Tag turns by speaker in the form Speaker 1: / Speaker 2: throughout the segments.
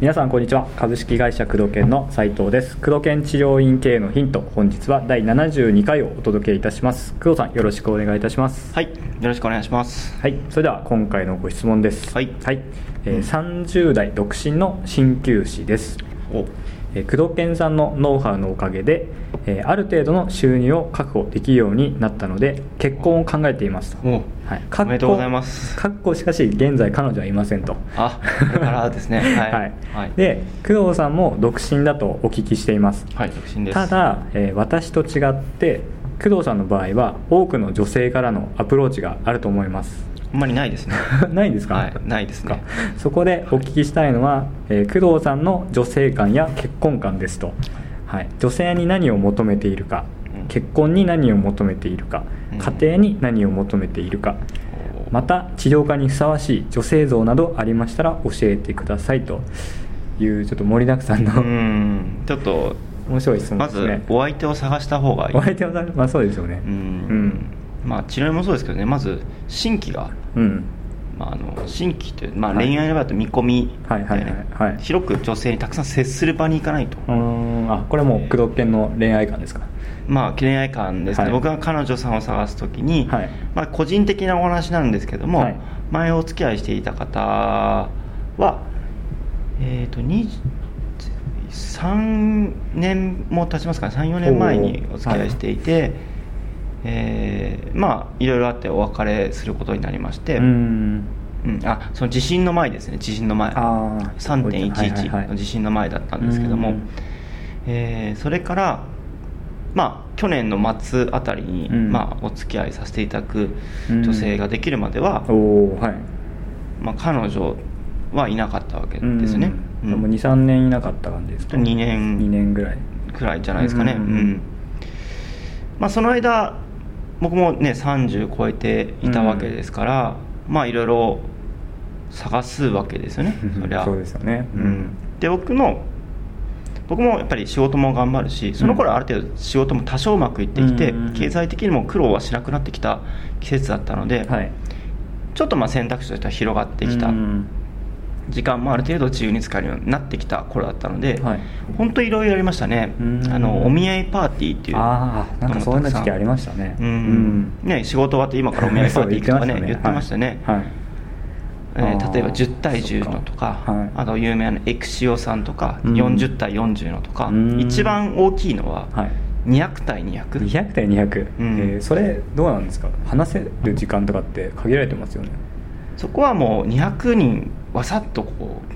Speaker 1: 皆さんこんにちは株式会社工藤研の斉藤です工藤研治療院経営のヒント本日は第72回をお届けいたします工藤さんよろしくお願いいたします
Speaker 2: はい、よろしくお願いします。
Speaker 1: はいそれでは今回のご質問です
Speaker 2: はい
Speaker 1: えー30代独身の鍼灸師です
Speaker 2: お、
Speaker 1: えー工藤研さんのノウハウのおかげで、えーある程度の収入を確保できるようになったので結婚を考えていますと
Speaker 2: お、
Speaker 1: はい、
Speaker 2: おめでとうございます
Speaker 1: かっこしかし現在彼女はいませんと
Speaker 2: あ、これからですね。は い、
Speaker 1: はい
Speaker 2: はい、
Speaker 1: で工藤さんも独身だとお聞きしています
Speaker 2: はい、独身です。
Speaker 1: ただ、えー私と違って工藤さんの場合は多くの女性からのアプローチがあると思います
Speaker 2: あんまりないですね。
Speaker 1: ないんですか、
Speaker 2: はい、ないですね。
Speaker 1: そこでお聞きしたいのは、えー工藤さんの女性観や結婚観ですと、はい、女性に何を求めているか
Speaker 2: うん
Speaker 1: 結婚に何を求めているか
Speaker 2: うん
Speaker 1: 家庭に何を求めているか、
Speaker 2: お
Speaker 1: また治療家にふさわしい女性像などありましたら教えてくださいというちょっと盛りだくさん
Speaker 2: うー
Speaker 1: の
Speaker 2: ん、ちょっと、
Speaker 1: 面白い質問
Speaker 2: ま
Speaker 1: ですね
Speaker 2: ず、、お相手を探した方がいい。
Speaker 1: お相手はまあそうですよね
Speaker 2: うん、まあ、治療もそうですけどね、まず、新規が。
Speaker 1: うん、うん、
Speaker 2: まあ、あの新規って、まあ、
Speaker 1: はい
Speaker 2: 恋愛の場合だと見込み
Speaker 1: はいはいはい
Speaker 2: でね
Speaker 1: はい
Speaker 2: 広く女性にたくさん接する場に行かないと、
Speaker 1: うーんあこれもう工藤研の恋愛観ですか
Speaker 2: まあ、恋愛観ですね、
Speaker 1: はい
Speaker 2: 僕が彼女さんを探す時に、
Speaker 1: はい
Speaker 2: まあ、個人的なお話なんですけども、
Speaker 1: はい
Speaker 2: 前お付き合いしていた方は、えー、と20 3年も経ちますかね34年前にお付き合いしていて、えーまあいろいろあってお別れすることになりまして、
Speaker 1: うーん
Speaker 2: うんあその地震の前ですね地震の前
Speaker 1: あーはいはいは
Speaker 2: 3.11
Speaker 1: い
Speaker 2: の地震の前だったんですけども、
Speaker 1: うん
Speaker 2: えーそれからまあ去年の末あたりに、
Speaker 1: うん
Speaker 2: まあ、お付き合いさせていただく
Speaker 1: うん
Speaker 2: 女性ができるまでは、
Speaker 1: おおはい
Speaker 2: まあ、彼女はいなかったわけですよね、
Speaker 1: うん
Speaker 2: う
Speaker 1: で
Speaker 2: ん
Speaker 1: も23年いなかった感じですか
Speaker 2: 二年
Speaker 1: 2年ぐらい
Speaker 2: くらいじゃないですかね、
Speaker 1: う
Speaker 2: うんんまあ、その間僕もね30超えていたわけですから、まあいろいろ探すわけですよねそりゃ
Speaker 1: そうですよね
Speaker 2: うんで僕の僕もやっぱり仕事も頑張るしその頃
Speaker 1: うん
Speaker 2: ある程度仕事も多少うまくいってきて、
Speaker 1: うんうんうん
Speaker 2: 経済的にも苦労はしなくなってきた季節だったので、
Speaker 1: はい
Speaker 2: ちょっとまあ選択肢としては広がってきた、
Speaker 1: うん
Speaker 2: 時間もある程度自由に使えるようになってきた頃だったので、
Speaker 1: はい
Speaker 2: 本当いろいろやりましたね
Speaker 1: うん
Speaker 2: あのお見合いパーティーっていう
Speaker 1: ああなんかそういうの
Speaker 2: も
Speaker 1: 時
Speaker 2: たく
Speaker 1: 期
Speaker 2: さん
Speaker 1: ありましたね
Speaker 2: うんね、仕事終わって今からお見合いパーティー行くとかね言ってましたね、
Speaker 1: はい、はい
Speaker 2: えー例えば
Speaker 1: あー
Speaker 2: 10対10のとか
Speaker 1: そっかはい
Speaker 2: あと有名なエクシオさんとか、
Speaker 1: うん
Speaker 2: 40対40のとか、
Speaker 1: うん
Speaker 2: 一番大きいのは
Speaker 1: はい
Speaker 2: 200対200、
Speaker 1: 200対200、
Speaker 2: うん
Speaker 1: えーそれどうなんですか話せる時間とかって限られてますよね
Speaker 2: そこはもう200人わさっとこう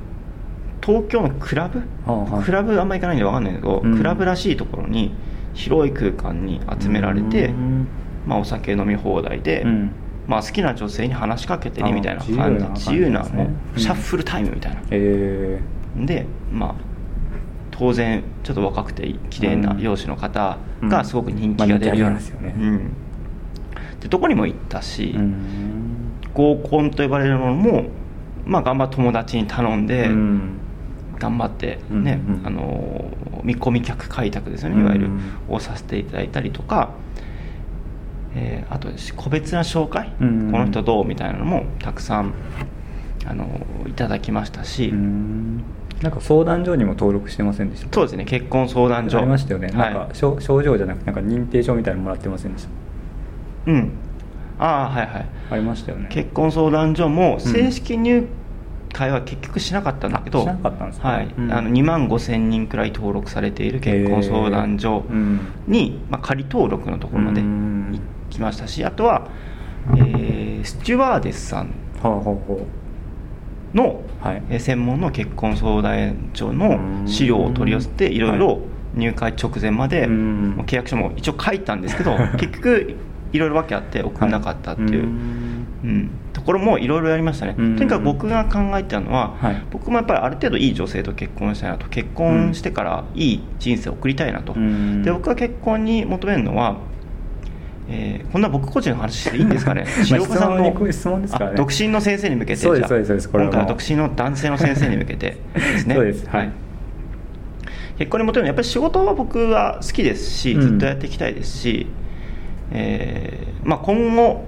Speaker 2: 東京のクラブ、
Speaker 1: あはい
Speaker 2: クラブあんま行かないんで分かんないけど、
Speaker 1: うん
Speaker 2: クラブらしいところに広い空間に集められて、
Speaker 1: うん
Speaker 2: まあ、お酒飲み放題で、
Speaker 1: うん
Speaker 2: まあ、好きな女性に話しかけてねみたいな
Speaker 1: あ
Speaker 2: 感じ
Speaker 1: 自
Speaker 2: 自
Speaker 1: 由
Speaker 2: 由
Speaker 1: な
Speaker 2: な
Speaker 1: 感じですね
Speaker 2: もうシャッフルタイムみたいな、
Speaker 1: え
Speaker 2: でまあ当然ちょっと若くて綺麗な容姿の方がすごく人気が出るよう
Speaker 1: うんまあ人気ありま
Speaker 2: な
Speaker 1: すよね
Speaker 2: うんでどこにも行ったし
Speaker 1: ー、うん
Speaker 2: 合コンと呼ばれるものも、まあ、頑張って友達に頼んで、
Speaker 1: うん
Speaker 2: 頑張って
Speaker 1: うん
Speaker 2: ね、
Speaker 1: うん
Speaker 2: あのー見込み客開拓ですよねいわゆる、
Speaker 1: うん
Speaker 2: をさせていただいたりとか、えーあと個別な紹介、
Speaker 1: うん
Speaker 2: この人どうみたいなのもたくさん、あのーいただきましたし、
Speaker 1: うんなんか相談所にも登録してませんでした
Speaker 2: そうですね結婚相談所
Speaker 1: ありましたよね、
Speaker 2: はい、
Speaker 1: なんか症症状じゃなくてなんか認定証みたいなのもらってませんでし
Speaker 2: うんああはいはい
Speaker 1: たありましたよね
Speaker 2: 結婚相談所も
Speaker 1: ん
Speaker 2: 正式入会は結局しなかったんだけど、
Speaker 1: あしなかったんですね
Speaker 2: はい
Speaker 1: うん
Speaker 2: あの2万5千人くらい登録されている結婚相談所
Speaker 1: えーうん
Speaker 2: に、まあ、仮登録のところまで
Speaker 1: うん
Speaker 2: 行きましたしあとは、えースチュワーデスさん
Speaker 1: はあはあは
Speaker 2: の、
Speaker 1: はい
Speaker 2: えー専門の結婚相談所の資料を取り寄せて
Speaker 1: うん
Speaker 2: いろいろ入会直前まで、
Speaker 1: うん
Speaker 2: もう契約書も一応書いたんですけど結局いろいろ訳あって送らなかったっていう。
Speaker 1: うん
Speaker 2: うん、ところもいろいろやりましたね、
Speaker 1: うん
Speaker 2: とにかく僕が考えてたのは、
Speaker 1: はい
Speaker 2: 僕もやっぱりある程度いい女性と結婚したいなと結婚してからいい人生を送りたいなと、
Speaker 1: うん
Speaker 2: で僕が結婚に求めるのは、えーこんな僕個人の話していいんですかね
Speaker 1: まあ
Speaker 2: 重岡さ
Speaker 1: 質
Speaker 2: ん
Speaker 1: 問に
Speaker 2: の
Speaker 1: こういう質問ですからね
Speaker 2: あ独身の先生に向けて
Speaker 1: そうです
Speaker 2: じゃあ
Speaker 1: そうですそうですこれは
Speaker 2: 今回は
Speaker 1: もう
Speaker 2: 独身の男性の先生に向けてですね
Speaker 1: そうですはい
Speaker 2: 結婚に求めるのはやっぱり仕事は僕は好きですし
Speaker 1: うん
Speaker 2: ずっとやっていきたいですし、えーまあ、今後、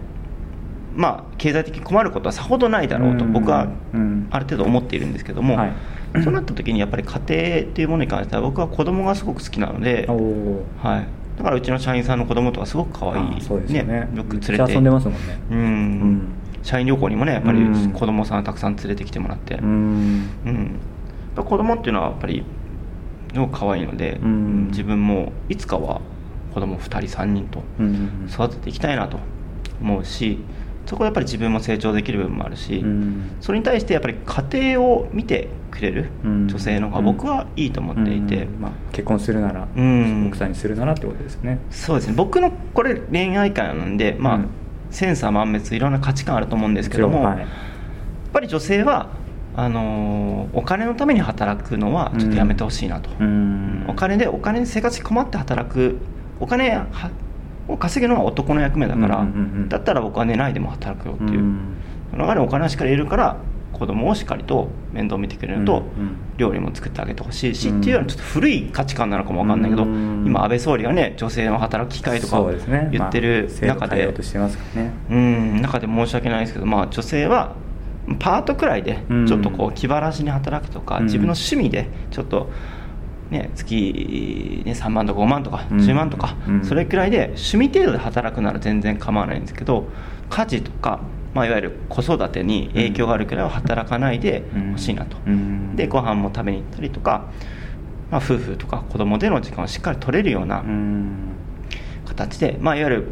Speaker 2: まあ、経済的に困ることはさほどないだろうと
Speaker 1: うん
Speaker 2: 僕は
Speaker 1: うん
Speaker 2: ある程度思っているんですけども、
Speaker 1: はい
Speaker 2: そうなった時にやっぱり家庭っていうものに関しては僕は子供がすごく好きなので、
Speaker 1: おお
Speaker 2: はい、だからうちの社員さんの子供とかすごく可愛い
Speaker 1: そうですよね
Speaker 2: よく
Speaker 1: めっ
Speaker 2: 連れ
Speaker 1: ち
Speaker 2: て
Speaker 1: ゃ遊んでますもんね
Speaker 2: うん
Speaker 1: ん
Speaker 2: 社員旅行にもねやっぱり
Speaker 1: うん
Speaker 2: 子供さんたくさん連れてきてもらって、
Speaker 1: うん
Speaker 2: うん、やっぱ子供っていうのはやっぱりすごく可愛いので、
Speaker 1: うん
Speaker 2: 自分もいつかは子供2人3人と
Speaker 1: うん
Speaker 2: 育てていきたいなと思うしそこはやっぱり自分も成長できる部分もあるし、
Speaker 1: うん
Speaker 2: それに対してやっぱり家庭を見てくれる
Speaker 1: うん
Speaker 2: 女性の方が僕はいいと思っていて、
Speaker 1: うんまあ、結婚するなら、
Speaker 2: うん
Speaker 1: 奥さんにするならってことですよね
Speaker 2: そうですね僕のこれ恋愛観なんでまあ、
Speaker 1: うん
Speaker 2: センサー満滅いろんな価値観あると思うんですけど
Speaker 1: も
Speaker 2: も、
Speaker 1: ちろんはい
Speaker 2: やっぱり女性はあのーお金のために働くのはちょっとやめてほしいなと、
Speaker 1: うん
Speaker 2: お金でお金に生活に困って働くお金はを稼ぐのは男の役目だから、
Speaker 1: うんうんうんうん
Speaker 2: だったら僕は寝ないでも働くよって
Speaker 1: う
Speaker 2: いう、
Speaker 1: ん
Speaker 2: その中でお金をしっかり得るから子供をしっかりと面倒見てくれると、
Speaker 1: うんうん
Speaker 2: 料理も作ってあげてほしいし、
Speaker 1: うん
Speaker 2: っていうようなちょっと古い価値観なのかもわかんないけど、
Speaker 1: うん
Speaker 2: 今安倍総理がね女性の働く機会とか
Speaker 1: そうですね
Speaker 2: 言ってる
Speaker 1: まあ制度
Speaker 2: 中
Speaker 1: 変え
Speaker 2: で,、
Speaker 1: ようとしてますからね
Speaker 2: うん中で申し訳ないですけど、まあ、女性はパートくらいで
Speaker 1: うん
Speaker 2: ちょっとこう気晴らしに働くとか、
Speaker 1: うん
Speaker 2: 自分の趣味でちょっと、ね、月、ね、3万とか5万とか
Speaker 1: うん
Speaker 2: 10万とか、
Speaker 1: うん
Speaker 2: それくらいで趣味程度で働くなら全然構わないんですけど家事とか、まあ、いわゆる子育てに影響があるくらいは働かないでほしいなと、
Speaker 1: うん
Speaker 2: でご飯も食べに行ったりとか、まあ、夫婦とか子供での時間をしっかり取れるような、
Speaker 1: うん
Speaker 2: 形で、まあ、いわゆる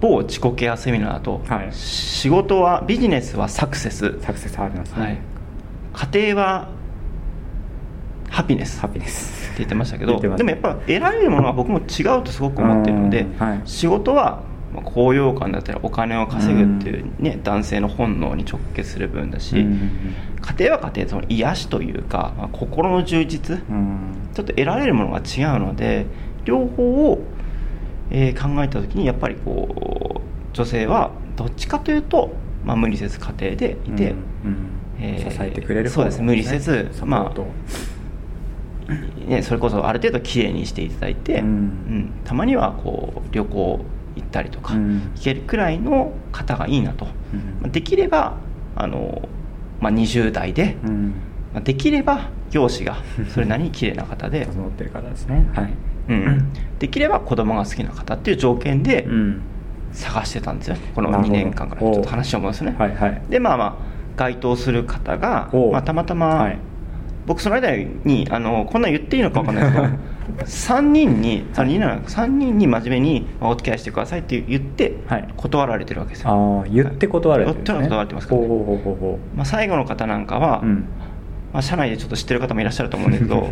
Speaker 2: 某自己ケアセミナーだと、
Speaker 1: はい
Speaker 2: 仕事はビジネスはサクセス、
Speaker 1: サクセスありますね、
Speaker 2: はい、家庭はハピネス
Speaker 1: ハ
Speaker 2: っ
Speaker 1: ピ
Speaker 2: て
Speaker 1: ネス
Speaker 2: 言ってましたけ
Speaker 1: 言
Speaker 2: ど
Speaker 1: ってまし
Speaker 2: で
Speaker 1: た
Speaker 2: もやっぱ得られるものは僕も違うとすごく思ってるので、
Speaker 1: うんはい
Speaker 2: 仕事はまあ高揚感だったりお金を稼ぐっていう、ね男性の本能に直結する部分だし、
Speaker 1: うん
Speaker 2: 家庭は家庭でその癒しというか、まあ心の充実、
Speaker 1: うん
Speaker 2: ちょっと得られるものが違うので両方を、えー考えた時にやっぱりこう女性はどっちかというと、まあ、無理せず家庭でいて、
Speaker 1: うんうん
Speaker 2: えー
Speaker 1: 支えてくれる方
Speaker 2: そうです無理せず
Speaker 1: サポートを、
Speaker 2: まね、それこそある程度きれいにしていただいて、
Speaker 1: うん
Speaker 2: うんたまにはこう旅行行ったりとか、
Speaker 1: うん
Speaker 2: 行けるくらいの方がいいなと、
Speaker 1: うん
Speaker 2: まあできればあの、まあ、20代で、
Speaker 1: うん
Speaker 2: まあできれば容姿がそれなりに綺麗な 方で
Speaker 1: 整ってる方ですねはい
Speaker 2: うん、できれば子供が好きな方っていう条件で
Speaker 1: うん
Speaker 2: 探してたんですよね、この
Speaker 1: なるほ
Speaker 2: 2
Speaker 1: ど
Speaker 2: 年間からちょっと話を戻すね、
Speaker 1: はいはい
Speaker 2: でまあまあ該当する方が
Speaker 1: お、う
Speaker 2: まあ、たまたま、
Speaker 1: はい
Speaker 2: 僕その間にあのこんなん言っていいのか分かんない ですけど3人にあの二男3人に真面目にまあお付き合いしてくださいって言って
Speaker 1: はい
Speaker 2: 断られてるわけですよ、
Speaker 1: ああ言って断られてるんです、ね、
Speaker 2: 言って断られてますからね
Speaker 1: ほうほうほうほ
Speaker 2: まあ、最後の方なんかは、
Speaker 1: ううん
Speaker 2: まあ、社内でちょっと知ってる方もいらっしゃると思うんですけ ど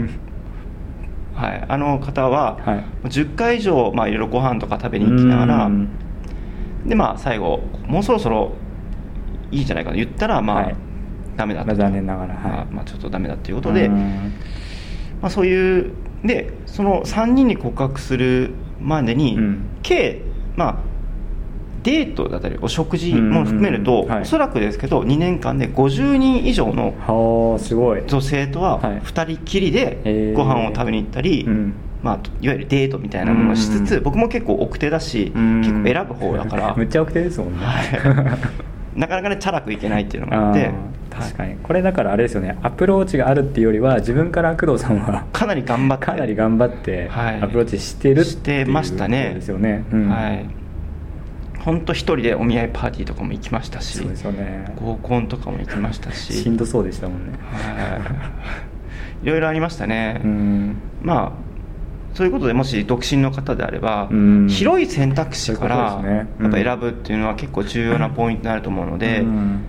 Speaker 2: はい、あの方は、
Speaker 1: はい
Speaker 2: 10回以上、まあ、いろいろご飯とか食べに行きながら
Speaker 1: うん
Speaker 2: でまあ最後もうそろそろいいじゃないかと言ったらまあ、
Speaker 1: はい
Speaker 2: ダメだっ
Speaker 1: まあ
Speaker 2: たと
Speaker 1: 残念ながら
Speaker 2: ま
Speaker 1: は
Speaker 2: あ
Speaker 1: い
Speaker 2: まあ、ちょっとダメだということで、
Speaker 1: うん
Speaker 2: まあ、そういうでその3人に告白するまでに、
Speaker 1: うん
Speaker 2: 計まあデートだったりお食事も含める
Speaker 1: うん
Speaker 2: と、
Speaker 1: うんうんはい
Speaker 2: おそらくですけど2年間で50人以上の
Speaker 1: はあすごい
Speaker 2: 女性とは
Speaker 1: はい
Speaker 2: 2人きり
Speaker 1: へ
Speaker 2: で
Speaker 1: ー
Speaker 2: ご飯を食べに行ったり、
Speaker 1: うん
Speaker 2: まあ、いわゆるデートみたいなものをしつつ、
Speaker 1: うん
Speaker 2: 僕も結構奥手だし、
Speaker 1: うん
Speaker 2: 結構選ぶ方だから
Speaker 1: むっちゃ奥手ですもんね、
Speaker 2: はいなかなかねチャラくいけないっていうのがあ
Speaker 1: あ
Speaker 2: って
Speaker 1: ー確かにこれだからあれですよねアプローチがあるっていうよりは自分から工藤さんは
Speaker 2: かなり頑張って
Speaker 1: かなり頑張って
Speaker 2: はい
Speaker 1: アプローチしてるっていう
Speaker 2: してましたね
Speaker 1: ことですよね、うん
Speaker 2: はい本当一人でお見合いパーティーとかも行きましたし
Speaker 1: そうですよね
Speaker 2: 合コンとかも行きましたし
Speaker 1: しんどそうでしたもんね
Speaker 2: はいいろいろありましたね、
Speaker 1: うん
Speaker 2: まあそういうことでもし独身の方であれば、
Speaker 1: うん
Speaker 2: 広い選択肢から
Speaker 1: そういうことですねうん
Speaker 2: やっぱ選ぶっていうのは結構重要なポイントになると思うので、
Speaker 1: うん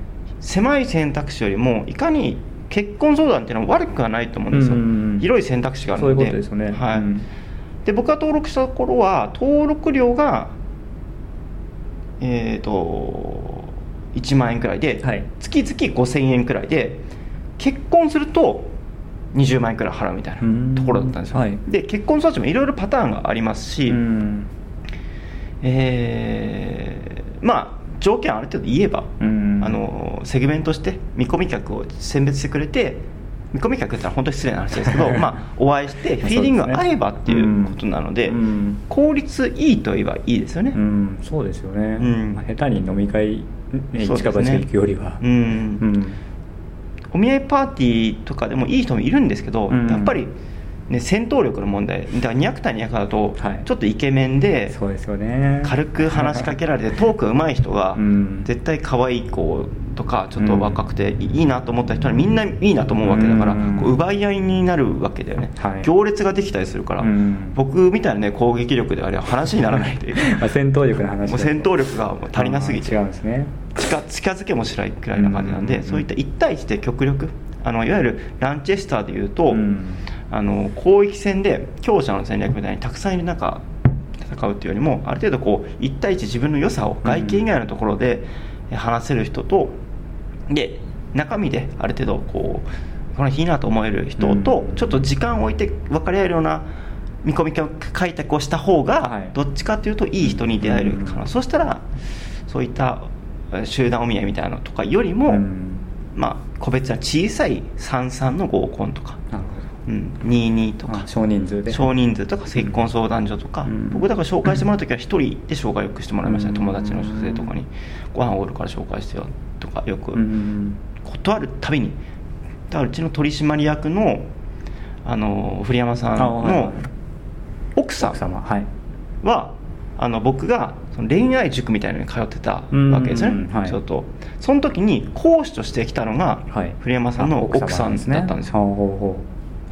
Speaker 2: 狭い選択肢よりもいかに結婚相談っていうのは悪くはないと思うんですよ、
Speaker 1: うんうんうん
Speaker 2: 広い選択肢がある
Speaker 1: そう
Speaker 2: の
Speaker 1: いう
Speaker 2: で
Speaker 1: ことですよね
Speaker 2: はい
Speaker 1: うん
Speaker 2: で僕が登録した頃は登録料がえっ、と1万円くらいで、
Speaker 1: はい
Speaker 2: 月々5000円くらいで結婚すると20万円くらい払うみたい
Speaker 1: うん
Speaker 2: なところだったんですよ、
Speaker 1: はい
Speaker 2: で結婚装置もいろいろパターンがありますし、
Speaker 1: うん
Speaker 2: えーまあ条件ある程度言えば、
Speaker 1: うん
Speaker 2: あのセグメントして見込み客を選別してくれて見込み客ってのは本当に失礼な話です けどまあお会いしてフィーリングが合えばっていうことなので、
Speaker 1: うんうん
Speaker 2: 効率いいといえばいいですよね、
Speaker 1: うん、そうですよね、
Speaker 2: うん
Speaker 1: まあ下手に飲み会、ね、
Speaker 2: そ
Speaker 1: 一
Speaker 2: うです
Speaker 1: か
Speaker 2: ね
Speaker 1: 八か行くよりは、
Speaker 2: うん
Speaker 1: うん
Speaker 2: お見合いパーティーとかでもいい人もいるんですけど、
Speaker 1: うん
Speaker 2: やっぱり、ね、戦闘力の問題だから200対200だと
Speaker 1: はい
Speaker 2: ちょっとイケメンで
Speaker 1: そうですよね
Speaker 2: 軽く話しかけられてトーク上手い人が
Speaker 1: うん
Speaker 2: 絶対可愛い子とかちょっと若くていいなと思った人はみんないいなと思うわけだから
Speaker 1: うん
Speaker 2: こう奪い合いになるわけだよね、
Speaker 1: はい
Speaker 2: 行列ができたりするから
Speaker 1: うん
Speaker 2: 僕みたいな、ね、攻撃力であれは話にならな いという
Speaker 1: まあ戦闘力の話だと
Speaker 2: もう戦闘力がもう足りなすぎ
Speaker 1: あー
Speaker 2: て
Speaker 1: 違うんですね
Speaker 2: 近近づけもしないくらいな感じなんで、
Speaker 1: うん
Speaker 2: そういった1対1で極力あのいわゆるランチェスターでいうと、
Speaker 1: うん
Speaker 2: あの広域戦で強者の戦略みたいにたくさんいる中戦うっていうよりもある程度こう1対1自分の良さを外見以外のところでえ話せる人と、で中身である程度こうこの日いいなと思える人と、
Speaker 1: うん
Speaker 2: ちょっと時間を置いて分かり合えるような見込み開拓をした方が、
Speaker 1: はい
Speaker 2: どっちかというといい人に出会えるかな、
Speaker 1: うん
Speaker 2: そしたらそういったえー集団お見合いみたいなのとかよりも、
Speaker 1: うん
Speaker 2: まあ、個別な小さい33の合コンとか、
Speaker 1: なるほ
Speaker 2: うん、22と
Speaker 1: どあ
Speaker 2: か
Speaker 1: 少人数で
Speaker 2: 少人数とか結婚相談所とか、
Speaker 1: うん
Speaker 2: 僕だから紹介してもらう時は1人で紹介よくしてもらいましたね、
Speaker 1: うん
Speaker 2: 友達の女性とかにご飯おごるから紹介してよとかよく
Speaker 1: うん
Speaker 2: 断るたびにだからうちの取締役のあの古山さん
Speaker 1: あはいはい
Speaker 2: の奥さん
Speaker 1: 奥様はい
Speaker 2: はあの僕がその恋愛塾みたいなのに通ってた
Speaker 1: うん
Speaker 2: わけですよね、
Speaker 1: はい
Speaker 2: ちょっとその時に講師として来たのが
Speaker 1: はい
Speaker 2: 古山さんの奥さんだったんですよ、
Speaker 1: あほうほうほ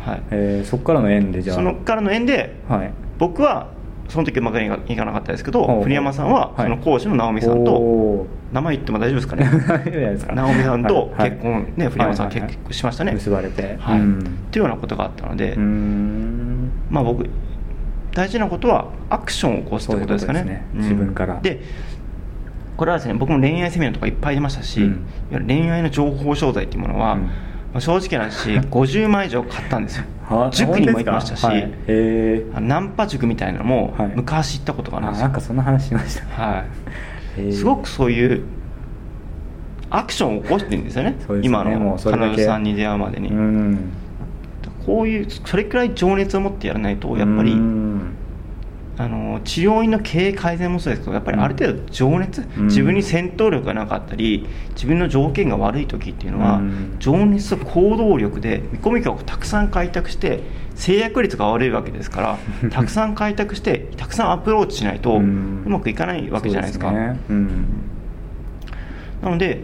Speaker 1: う
Speaker 2: はい
Speaker 1: えーそこからの縁でじゃあ
Speaker 2: そのからの縁で
Speaker 1: はい
Speaker 2: 僕はその時うまくいかいかなかったですけど
Speaker 1: ほうほう
Speaker 2: 古山さん
Speaker 1: は
Speaker 2: は
Speaker 1: い
Speaker 2: その講師の直美さんと
Speaker 1: おー
Speaker 2: 名前言っても大丈夫ですかね
Speaker 1: いい じゃないですか
Speaker 2: 直美さんと
Speaker 1: はい
Speaker 2: 結婚ね、
Speaker 1: はい
Speaker 2: 古山さん
Speaker 1: はいはい
Speaker 2: 結
Speaker 1: はい
Speaker 2: 婚しましたね、
Speaker 1: 結ばれて
Speaker 2: はい
Speaker 1: うん
Speaker 2: っていうようなことがあったので、
Speaker 1: うーん
Speaker 2: まあ、僕大事なことはアクションを起こすってことですかね
Speaker 1: そういうことです
Speaker 2: う
Speaker 1: ね
Speaker 2: ん
Speaker 1: 自分から
Speaker 2: でこれはですね僕も恋愛セミナーとかいっぱい出ました
Speaker 1: う
Speaker 2: し、
Speaker 1: ん
Speaker 2: いわゆる恋愛の情報商材っていうものは、
Speaker 1: うん
Speaker 2: まあ正直な話 50枚以上買ったんですよ
Speaker 1: あ
Speaker 2: 塾にも行きましたし、
Speaker 1: 本当ですかはいへー
Speaker 2: あのナンパ塾みたいなのも
Speaker 1: はい
Speaker 2: 昔行ったことが
Speaker 1: あ
Speaker 2: あるんですよ、
Speaker 1: なんかそんな話しましたね
Speaker 2: はい
Speaker 1: へー
Speaker 2: すごくそういうアクションを起こしてるんですよね
Speaker 1: そうですね
Speaker 2: 今
Speaker 1: も
Speaker 2: の
Speaker 1: うそれだ
Speaker 2: 彼
Speaker 1: け
Speaker 2: 女さんに出会うまでに、
Speaker 1: うん
Speaker 2: こういうそれくらい情熱を持ってやらないとやっぱり、
Speaker 1: うん
Speaker 2: あの治療院の経営改善もそうですけどやっぱりある程度情熱、
Speaker 1: うん
Speaker 2: 自分に戦闘力がなかったり自分の条件が悪い時っていうのは、
Speaker 1: うん
Speaker 2: 情熱と行動力で見込み客をたくさん開拓して制約率が悪いわけですか らたくさん開拓してたくさんアプローチしないと
Speaker 1: う
Speaker 2: うんまくいかないわけじゃないですか。
Speaker 1: そうねうん
Speaker 2: なので、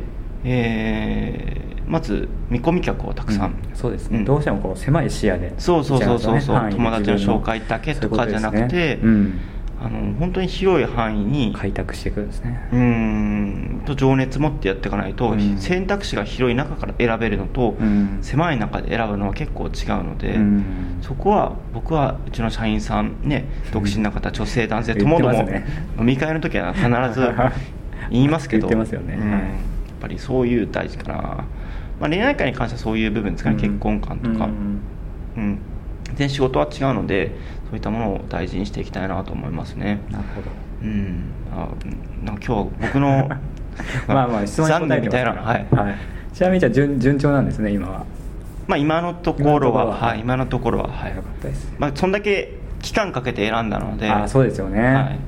Speaker 2: えーまず見込み客をたくさん、
Speaker 1: うんそうですね、
Speaker 2: うん
Speaker 1: どうしてもこう狭い視野で
Speaker 2: そうそうそうそうそう、
Speaker 1: 見ちゃい
Speaker 2: 友
Speaker 1: ますよね
Speaker 2: 達の紹
Speaker 1: 範囲
Speaker 2: 介だけ
Speaker 1: 自
Speaker 2: と
Speaker 1: 分の
Speaker 2: かじゃなく
Speaker 1: そういうこ
Speaker 2: て
Speaker 1: とですね
Speaker 2: あの本当に広い範囲
Speaker 1: うん
Speaker 2: に
Speaker 1: 開拓していくんですね
Speaker 2: うーんと情熱持ってやっていかないと、
Speaker 1: うん
Speaker 2: 選択肢が広い中から選べるのと、
Speaker 1: うん
Speaker 2: 狭い中で選ぶのは結構違うので、
Speaker 1: うん
Speaker 2: そこは僕はうちの社員さんね独身の方女性男性と
Speaker 1: 言っ
Speaker 2: も
Speaker 1: て
Speaker 2: ど
Speaker 1: ます
Speaker 2: も、
Speaker 1: ね
Speaker 2: 飲み会の時は必 ず言いますけ
Speaker 1: 言
Speaker 2: ど
Speaker 1: ってますよね
Speaker 2: うん
Speaker 1: はい
Speaker 2: やっぱりそういう大事かな、まあ、恋愛観に関してはそういう部分ですかね、結婚観とか、
Speaker 1: うん
Speaker 2: うん全然仕事は違うのでそういったものを大事にしていきたいなと思いますね。
Speaker 1: なるほど
Speaker 2: うん、あなんか今日僕 の
Speaker 1: まあまあ質問に答えて
Speaker 2: 残念みたいな、
Speaker 1: ます
Speaker 2: はい
Speaker 1: はい、ちなみにじゃあ順順調なんですね今は
Speaker 2: まあ、今のところははい、
Speaker 1: 今
Speaker 2: 今のところは、はい
Speaker 1: よかったです
Speaker 2: まあ、そんだけ期間かけて選んだので
Speaker 1: あそうですよね
Speaker 2: はい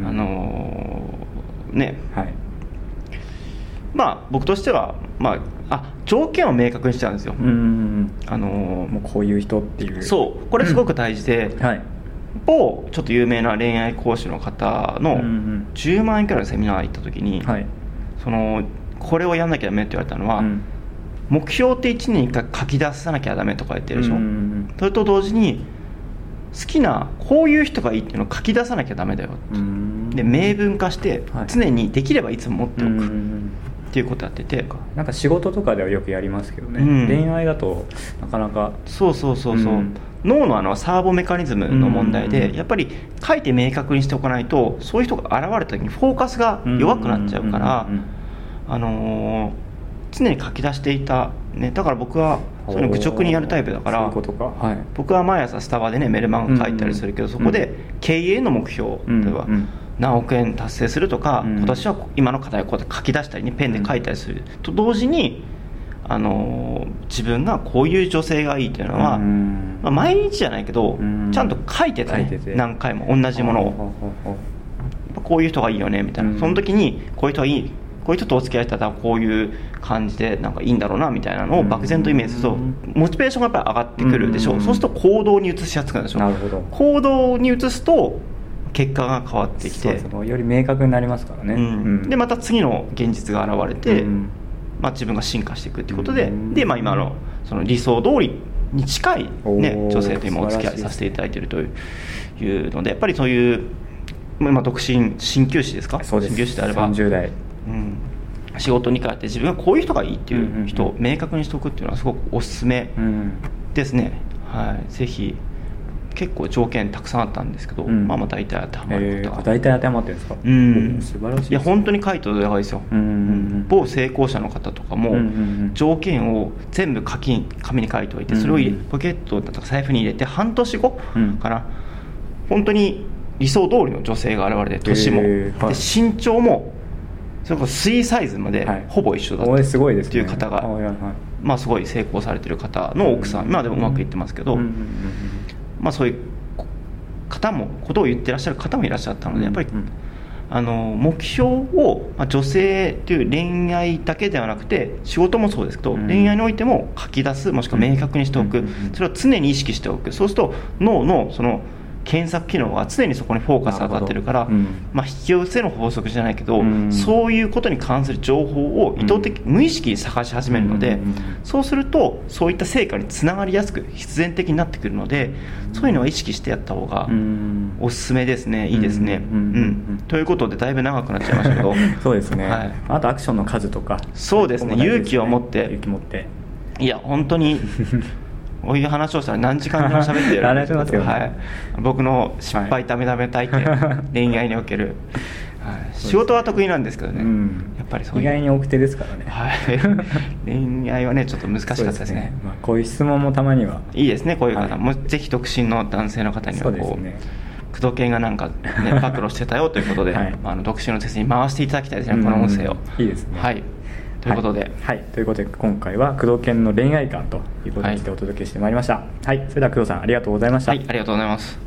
Speaker 1: うん
Speaker 2: あのーね
Speaker 1: はい
Speaker 2: まあ僕としては、まあ、あ条件を明確にしてたんですよ、
Speaker 1: うん
Speaker 2: あのー
Speaker 1: もうこういう人っていう
Speaker 2: そうこれすごく大事で、
Speaker 1: はい
Speaker 2: 某ちょっと有名な恋愛講師の方
Speaker 1: うん
Speaker 2: の
Speaker 1: うん
Speaker 2: 10万円くらいのセミナー行った時に、
Speaker 1: はい
Speaker 2: そのこれをやんなきゃダメって言われたのは、
Speaker 1: うん
Speaker 2: 目標って1年に1回書き出さなきゃダメとか言ってるでしょ、
Speaker 1: うんうん
Speaker 2: それと同時に好きなこういう人がいいっていうのを書き出さなきゃダメだよ、
Speaker 1: うんうん
Speaker 2: で明文化して
Speaker 1: はい
Speaker 2: 常にできればいつも持って
Speaker 1: う
Speaker 2: お
Speaker 1: ん
Speaker 2: く
Speaker 1: うんう
Speaker 2: っ
Speaker 1: ん
Speaker 2: ていうことやってて、
Speaker 1: なんか仕事とかではよくやりますけどね、
Speaker 2: うん
Speaker 1: 恋愛だとなかなか
Speaker 2: そうそうそうそう、
Speaker 1: うん
Speaker 2: 脳のあのサーボメカニズムの問
Speaker 1: う
Speaker 2: 題
Speaker 1: んうん
Speaker 2: で、
Speaker 1: うん
Speaker 2: やっぱり書いて明確にしておかないとそういう人が現れた時にフォーカスが弱くなっちゃうから、
Speaker 1: うんうんうんうん
Speaker 2: あのー常に書き出していた、ね、だから僕はそういうの愚直にやるタイプだから
Speaker 1: そういうことかはい
Speaker 2: 僕は毎朝スタバでねメルマガ書いたりするけど、
Speaker 1: うん
Speaker 2: そこで経営の目標、
Speaker 1: うん
Speaker 2: 例えば、
Speaker 1: うん
Speaker 2: 何億円達成するとか、
Speaker 1: うん
Speaker 2: 今年は今の課題をこうやって書き出したりねペンで書いたりする、と同時にあの自分がこういう女性がいいというのは、
Speaker 1: うん
Speaker 2: まあ、毎日じゃないけど、
Speaker 1: うん
Speaker 2: ちゃんと書いてた、ね、
Speaker 1: 書いてて
Speaker 2: 何回も同じものを、
Speaker 1: を
Speaker 2: やっぱこういう人がいいよねみたいな、
Speaker 1: うん
Speaker 2: その時にこういう人がいいこういう人とお付き合いしたらこういう感じでなんかいいんだろうなみたいなのを
Speaker 1: うん
Speaker 2: 漠然とイメージすると、モチベーションがやっぱり上がってくるでしょう、
Speaker 1: うん
Speaker 2: そうすると行動に移しやすくなるでしょう
Speaker 1: なるほど
Speaker 2: 行動に移すと結果が変わってき
Speaker 1: そう
Speaker 2: て
Speaker 1: ですねより明確になりますからね、
Speaker 2: うん
Speaker 1: うん
Speaker 2: でまた次の現実が現れて、
Speaker 1: うん
Speaker 2: まあ、自分が進化していくっていうことで,、
Speaker 1: うん
Speaker 2: でまあ、今のその理想通りに近い、
Speaker 1: お
Speaker 2: ね、
Speaker 1: ー
Speaker 2: 女性と今お付き合いさせていただいているといういうのでやっぱりそういう、まあ今独身鍼灸師ですか
Speaker 1: そうです
Speaker 2: 鍼灸師であれば、
Speaker 1: 30代
Speaker 2: うん、仕事に変えて自分がこういう人がいいって
Speaker 1: うんうん
Speaker 2: いううん人を明確にしておくっていうのはすごくおすすめ
Speaker 1: うん
Speaker 2: ですね、はい、ぜひ結構条件たくさんあったんですけど、
Speaker 1: うん
Speaker 2: まあまあ大体当てはま
Speaker 1: え
Speaker 2: ること
Speaker 1: ー
Speaker 2: が、
Speaker 1: 大体当てはまってるんですか、
Speaker 2: うん、
Speaker 1: 素晴らしい
Speaker 2: いや本当に書いておいた方がいいですよ、
Speaker 1: うんうんうん
Speaker 2: 某成功者の方とかも、
Speaker 1: うんうんうん
Speaker 2: 条件を全部書き紙に書いておいてそれを入
Speaker 1: う
Speaker 2: れ
Speaker 1: んうん
Speaker 2: ポケットだとか財布に入れて半年後
Speaker 1: うん
Speaker 2: かな、本当に理想通りの女性が現れて年も、
Speaker 1: へーはい
Speaker 2: で身長もそれこそ水サイズまで
Speaker 1: はい
Speaker 2: ほぼ一緒だった、
Speaker 1: おーすごいですね
Speaker 2: っていう方が
Speaker 1: はいはいはい
Speaker 2: まあ、すごい成功されてる方の奥さん、まあでもうまくいってますけど、
Speaker 1: うんうんうん
Speaker 2: まあ、そういうこ方もことを言ってらっしゃる方もいらっしゃったのでやっぱり、
Speaker 1: うん
Speaker 2: あの目標を、まあ、女性という恋愛だけではなくて仕事もそうですけど、
Speaker 1: うん
Speaker 2: 恋愛においても書き出すもしくは明確にしておく、
Speaker 1: うんうんうん
Speaker 2: それを常に意識しておくそうすると脳のその検索機能が常にそこにフォーカスが当たってるから
Speaker 1: なるほどうん
Speaker 2: まあ、引き寄せの法則じゃないけど、
Speaker 1: うん
Speaker 2: そういうことに関する情報を意図的、無意識に探し始めるので、
Speaker 1: うんうんうん
Speaker 2: そうするとそういった成果につながりやすく必然的になってくるのでそういうのは意識してやった方が
Speaker 1: うん
Speaker 2: おすすめですね、いいですね。
Speaker 1: うんうん
Speaker 2: うんということでだいぶ長くなっちゃいましたけど
Speaker 1: そうですね、
Speaker 2: はい
Speaker 1: あとアクションの数とか
Speaker 2: そうですね
Speaker 1: ここも大事
Speaker 2: 勇気を持って
Speaker 1: 勇気持って
Speaker 2: いや本当にこういう話をしたら何時間で も喋ってる
Speaker 1: 笑っちゃいますよね
Speaker 2: はい、僕の失
Speaker 1: は
Speaker 2: 敗
Speaker 1: い
Speaker 2: ダメダメ体験、 恋愛における、はい、仕事は得意なんですけどね、
Speaker 1: うん
Speaker 2: やっぱりそういう
Speaker 1: 意外に奥手ですからね
Speaker 2: はい、 恋愛はねちょっと難しかったですね
Speaker 1: そうまあ、こういう質問もたまにはい
Speaker 2: いですねこういう方、
Speaker 1: はい
Speaker 2: もうぜひ独身の男性の方にはこ
Speaker 1: そうです
Speaker 2: う
Speaker 1: ね
Speaker 2: 工藤犬がなんか、ね、 暴露してたよということで、
Speaker 1: はい
Speaker 2: あの独身の先生に回していただきたいです
Speaker 1: うん
Speaker 2: ねこの音声を
Speaker 1: いいですね
Speaker 2: はいということで、
Speaker 1: はい、はいということで今回は工藤健の恋愛観ということについてお届けしてまいりましたはい、それでは工藤さんありがとうございました、
Speaker 2: はい、ありがとうございます